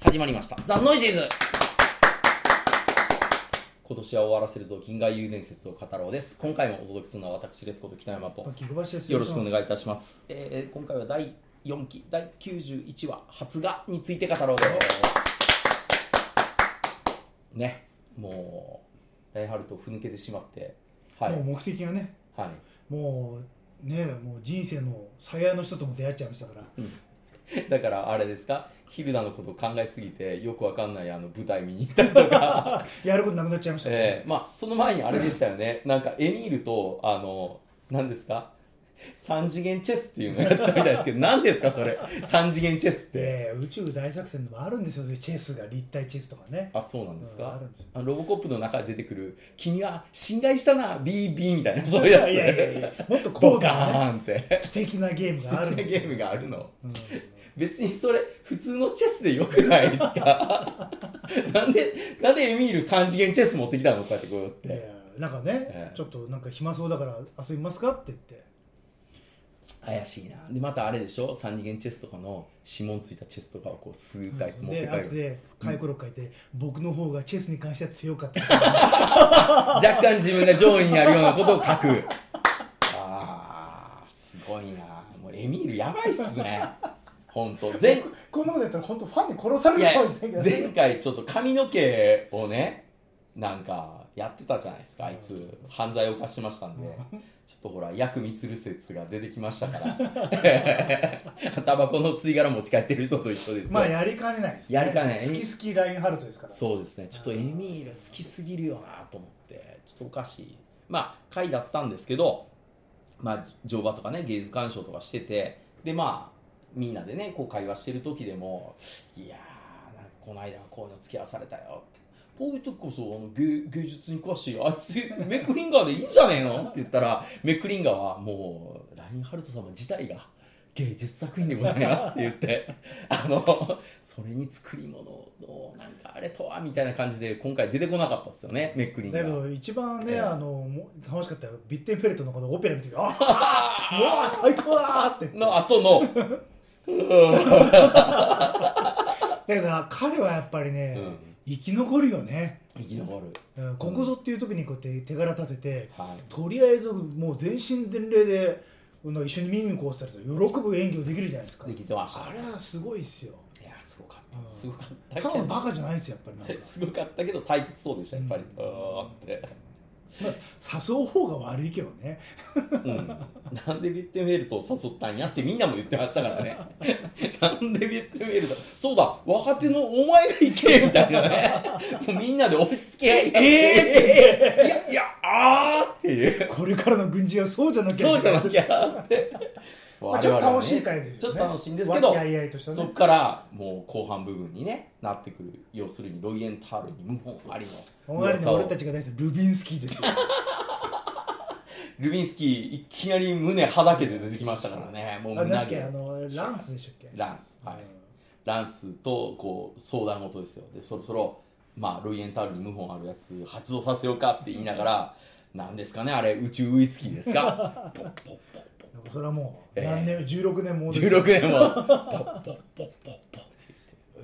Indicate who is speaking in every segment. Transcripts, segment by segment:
Speaker 1: 始まりました。ザ・ノイジーズ今年は終わらせるぞ、銀河遊伝説を語ろうです。今回もお届けするのは私ですこと北山と。
Speaker 2: 滝小林です。
Speaker 1: よろしくお願
Speaker 2: い。
Speaker 1: いいたします。えー今回は第4期、第91話、発芽について語ろうです。ね、もう、大春とふ抜けてしまって、はい、
Speaker 2: もう目的がね、
Speaker 1: はい。
Speaker 2: もうね、もう人生の最愛の人とも出会っちゃいましたから。
Speaker 1: だからあれですか、ヒルダのことを考えすぎて、よくわかんないあの舞台見に行ったりとか。
Speaker 2: やることなくなっちゃいましたから、
Speaker 1: ええまあその前にあれでしたよ ねなんかエミールとあの何ですか三次元チェスっていうのやったみたいですけど何ですかそれ三次元チェスって
Speaker 2: で宇宙大作戦でもあるんですよ。そういうチェスが立体チェスとかね。
Speaker 1: あそうなんです
Speaker 2: うん
Speaker 1: か
Speaker 2: あるんですよ
Speaker 1: あロボコップの中で出てくる「君は侵害したな BB」みたいなそういうやつ
Speaker 2: いやいやいや、もっと
Speaker 1: ボ
Speaker 2: 高
Speaker 1: カ
Speaker 2: 価な、ね、
Speaker 1: ーンって
Speaker 2: 素敵なゲームがあるん
Speaker 1: ゲ
Speaker 2: ですよ。
Speaker 1: ームがあるの
Speaker 2: うん
Speaker 1: 別にそれ普通のチェスでよくないですか なんでなんでエミール三次元チェス持ってきたのかってこうやっ
Speaker 2: いや
Speaker 1: て
Speaker 2: なんかね、
Speaker 1: ええ
Speaker 2: ちょっとなんか暇そうだから遊びますかって言って
Speaker 1: 怪しいなでまたあれでしょ三次元チェスとかの指紋ついたチェスとかをこうスーッとあいつ持って
Speaker 2: で
Speaker 1: 帰
Speaker 2: 後
Speaker 1: る
Speaker 2: で回顧録書いて、僕の方がチェスに関しては強かった
Speaker 1: 若干自分が上位になるようなことを書 くあーすごいなもうエミールやばいっすね 本当前
Speaker 2: こんなことやったら本当ファンに殺さ
Speaker 1: いや
Speaker 2: ね
Speaker 1: 前回ちょっと髪の毛をねなんかやってたじゃないですかあいつ犯罪を犯しました んでちょっとほら薬味つる説が出てきましたから タバコの吸い殻持ち帰ってる人と一緒ですよ
Speaker 2: まあやりかねないです、ね、
Speaker 1: やりかねない
Speaker 2: 好き好きラインハルトですから
Speaker 1: そうですねちょっとエミール好きすぎるよなと思ってちょっとおかしいまあ回だったんですけどまあ乗馬とかね芸術鑑賞とかしててでまあみんなでねこう会話してる時でもいやーなんかこの間はこういうの付き合わされたよってこういう時こそあの芸芸術に詳しいあいつメックリンガーでいいんじゃねえ のって言ったらメックリンガーはもうラインハルト様自体が芸術作品でございますって言って あのそれに作り物のなんかあれとはみたいな感じで今回出てこなかったですよねメックリンガ
Speaker 2: だけ
Speaker 1: ー。
Speaker 2: ど一番ね、
Speaker 1: ええ
Speaker 2: あのも楽しかったよビッテンフェルトのこのオペラ 見ててあ
Speaker 1: あー
Speaker 2: うわ最高だーって
Speaker 1: の後の
Speaker 2: だけど彼はやっぱりね、
Speaker 1: うん
Speaker 2: 生き残るよね、
Speaker 1: 生き残る、
Speaker 2: うん、ここぞっていう時にこうやって手柄立てて、
Speaker 1: はい、
Speaker 2: とりあえずもう全身全霊でこの一緒に見に行こうって言ったら喜ぶ演技をできるじゃないですか
Speaker 1: できてました
Speaker 2: あれはすごいっすよ
Speaker 1: いやすごかっ
Speaker 2: う
Speaker 1: た
Speaker 2: ん
Speaker 1: すごかったけ
Speaker 2: ただのバ
Speaker 1: ど
Speaker 2: カじゃないですよやっぱりなん か
Speaker 1: すごかったけど退屈そうでしたやっぱり、
Speaker 2: う
Speaker 1: うんーって、
Speaker 2: まあ誘う方が悪いけどね
Speaker 1: うん、なんでビッテンフェルトを誘ったんやってみんなも言ってましたからねなんでビッテンフェルトそうだ若手のお前が行けみたいなねもうみんなで押し付け合いええいやいやあーっていう
Speaker 2: これからの軍人はそうじゃなきゃ
Speaker 1: そうじゃなきゃって
Speaker 2: まあちょっと楽しい回ですよね
Speaker 1: ちょっと楽しいんですけど
Speaker 2: 和気あいあいとしたね
Speaker 1: そこからもう後半部分にねなってくる要するにロイエンタールに謀反ありの
Speaker 2: お前らね
Speaker 1: 噂を
Speaker 2: 俺たちが大好きルビンスキーですよ
Speaker 1: ルビンスキーいきなり胸はだけて出てきましたからねもう
Speaker 2: あ
Speaker 1: 胸
Speaker 2: 確かに
Speaker 1: 毛
Speaker 2: あのランスでしたっけ
Speaker 1: ランスはい、
Speaker 2: うん
Speaker 1: ランスとこう相談事ですよでそろそろまあロイエンタールに謀反あるやつ発動させようかって言いながら何ですかねあれ宇宙ウイスキーです かポッポッポッポッ
Speaker 2: それはもう
Speaker 1: ええ
Speaker 2: 何年、16年も
Speaker 1: 16年もポッポッポッポッポッって言っ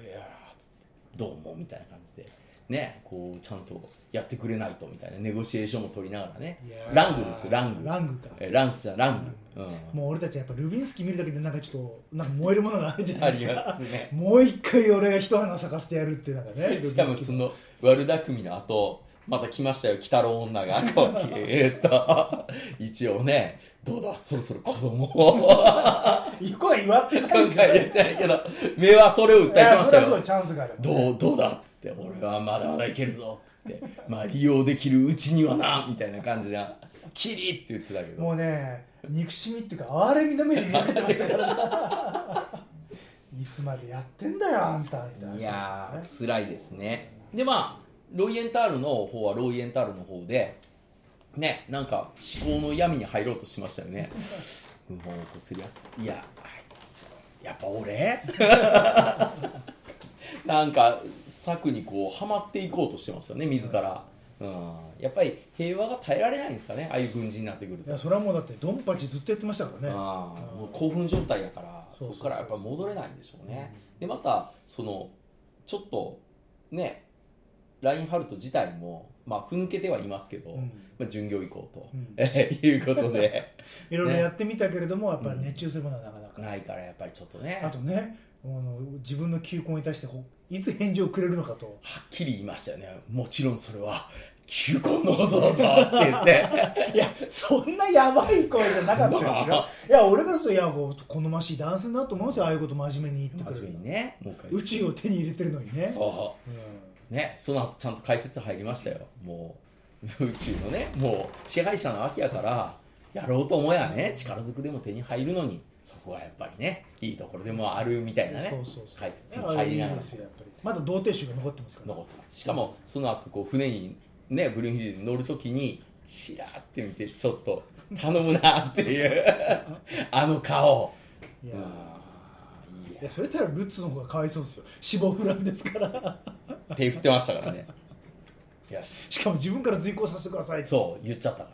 Speaker 1: て「いやー」つって「どうも」みたいな感じでねこうちゃんとやってくれないとみたいなネゴシエーションも取りながらね
Speaker 2: いやー
Speaker 1: ラングですよラング
Speaker 2: ラングか
Speaker 1: えランスじゃラング、うん
Speaker 2: もう俺たちはやっぱルビンスキー見るだけでなんかちょっとなんか燃えるものがあるじゃな
Speaker 1: あ
Speaker 2: いです
Speaker 1: り
Speaker 2: か
Speaker 1: ますね
Speaker 2: もう一回俺が一花咲かせてやるっていうなんかね
Speaker 1: しかもその悪巧みの後また来ましたよ鬼太郎女 がこうきえっと 一応ねどうだそろそろ子供 を
Speaker 2: 一個は祝って
Speaker 1: 考えてないけど目はそれを訴え
Speaker 2: い
Speaker 1: てま
Speaker 2: や
Speaker 1: し
Speaker 2: そ
Speaker 1: た
Speaker 2: れはそう
Speaker 1: よ
Speaker 2: チャンスがある
Speaker 1: どうどうだっつって俺はまだまだいけるぞっつってまあ利用できるうちにはなみたいな感じでキリって言ってたけど
Speaker 2: もうね憎しみっていうか哀れみの目で見られてました からねいつまでやってんだよあんたって話
Speaker 1: いやー辛いですねでまあロイエンタールの方はロイエンタールの方でねなんか思考の闇に入ろうとしましたよね 無本をこするやついやあいつじゃやっぱ俺なんか策にこうはまっていこうとしてますよね自ら、うん、やっぱり平和が耐えられないんですかねああいう軍人になってくる
Speaker 2: い
Speaker 1: と
Speaker 2: やそれはもうだってドンパチずっとやってましたからね
Speaker 1: ああもう興奮状態やから
Speaker 2: そ
Speaker 1: そう
Speaker 2: そうそう
Speaker 1: こからやっぱ戻れないんでしょうねでまたそのちょっとねラインハルト自体もまあふぬけてはいますけど、
Speaker 2: うん
Speaker 1: まあ、巡業以降と、
Speaker 2: うん
Speaker 1: いうことで
Speaker 2: いろいろやってみたけれども、やっぱり熱中するものはなかなか、
Speaker 1: ないからやっぱりちょっとね
Speaker 2: あとねあの自分の求婚に対してほいつ返事をくれるのかと
Speaker 1: はっきり言いましたよねもちろんそれは求婚のことだぞって言って
Speaker 2: いやそんなやばい声じゃなかったんですよ、
Speaker 1: まあ
Speaker 2: いや俺からするといやこう好ましい男性だと思うんですよああいうこと真面目に言ってく
Speaker 1: 真
Speaker 2: れ
Speaker 1: 面目
Speaker 2: る
Speaker 1: にねもう一回
Speaker 2: 宇宙を手に入れてるのにね
Speaker 1: そう
Speaker 2: うん
Speaker 1: ね、その後ちゃんと解説入りましたよもう 宇宙のねもう支配者なわけやからやろうと思やね力ずくでも手に入るのにそこはやっぱりねいいところでもあるみたいなね
Speaker 2: そうそうそう
Speaker 1: 解説も
Speaker 2: いやあ
Speaker 1: 入
Speaker 2: れい
Speaker 1: り
Speaker 2: い
Speaker 1: なが
Speaker 2: で
Speaker 1: ら
Speaker 2: すよやっぱりまだ童貞集が残ってますから
Speaker 1: 残ってますしかもその後こう船にねブルーンヒルズに乗るときにチラーって見てちょっと頼むなっていう あの顔
Speaker 2: いや,、
Speaker 1: うんいい
Speaker 2: い
Speaker 1: や
Speaker 2: やそれ言ったらルッツの方がかわいそうですよ死亡フラグですから
Speaker 1: 手振ってましたからねよし
Speaker 2: しかも自分から随行させてくださいって
Speaker 1: そう言っちゃったか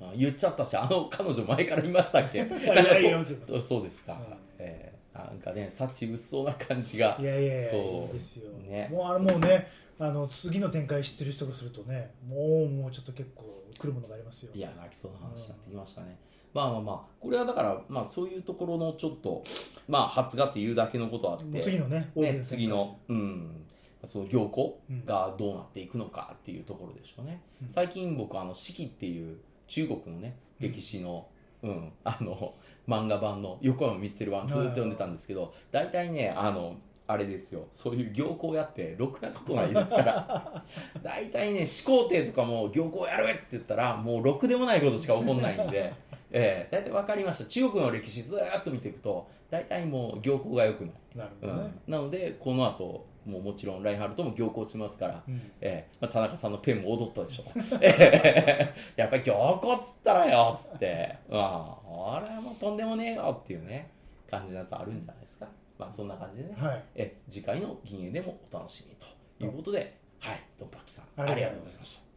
Speaker 1: ら、言っちゃったしあの彼女前からいましたっけなんか
Speaker 2: いやいや
Speaker 1: と
Speaker 2: いや
Speaker 1: そうそうですか、
Speaker 2: うん
Speaker 1: えーなんかね幸薄そうな感じが
Speaker 2: いやいやいや、
Speaker 1: そう
Speaker 2: いいですよ。
Speaker 1: ね
Speaker 2: もうあれもうね、あの次の展開知ってる人からするとね、もうもうちょっと結構来るものがありますよ。
Speaker 1: いや泣きそうな話になってきましたね、まあまあまあこれはだから、まあ、そういうところのちょっとまあ発芽っていうだけのことあっ
Speaker 2: も
Speaker 1: て
Speaker 2: う次のね、
Speaker 1: ね、次の、うん、その行幸がどうなっていくのかっていうところでしょうね、
Speaker 2: うん
Speaker 1: 最近僕あの「四季」っていう中国のね
Speaker 2: うん
Speaker 1: 歴史の,、うんあの漫画版の横山ミステル版ずーっと読んでたんですけど大体ねあのあれですよそういう行幸やってろくなことないですから 大体ね始皇帝とかも行幸やるって言ったらもうろくでもないことしか起こんないん で。ええ大体分かりました中国の歴史ずーっと見ていくと大体もう行幸が良くない
Speaker 2: なる
Speaker 1: う
Speaker 2: ほ
Speaker 1: ん
Speaker 2: どね。
Speaker 1: なのでこの後もうもちろんラインハルトも行幸しますから、
Speaker 2: うん
Speaker 1: ええまあ、田中さんのペンも踊ったでしょ ええやっぱり行幸っつったらよっつってああれはもうとんでもねえよっていうね感じのやつあるんじゃないですかまあそんな感じでね、
Speaker 2: はい、
Speaker 1: え次回の銀英でもお楽しみということではいドンパッキさん
Speaker 2: あ
Speaker 1: あ
Speaker 2: り
Speaker 1: り
Speaker 2: が
Speaker 1: が
Speaker 2: と
Speaker 1: とう
Speaker 2: うご
Speaker 1: ござ
Speaker 2: ざい
Speaker 1: い
Speaker 2: ま
Speaker 1: ました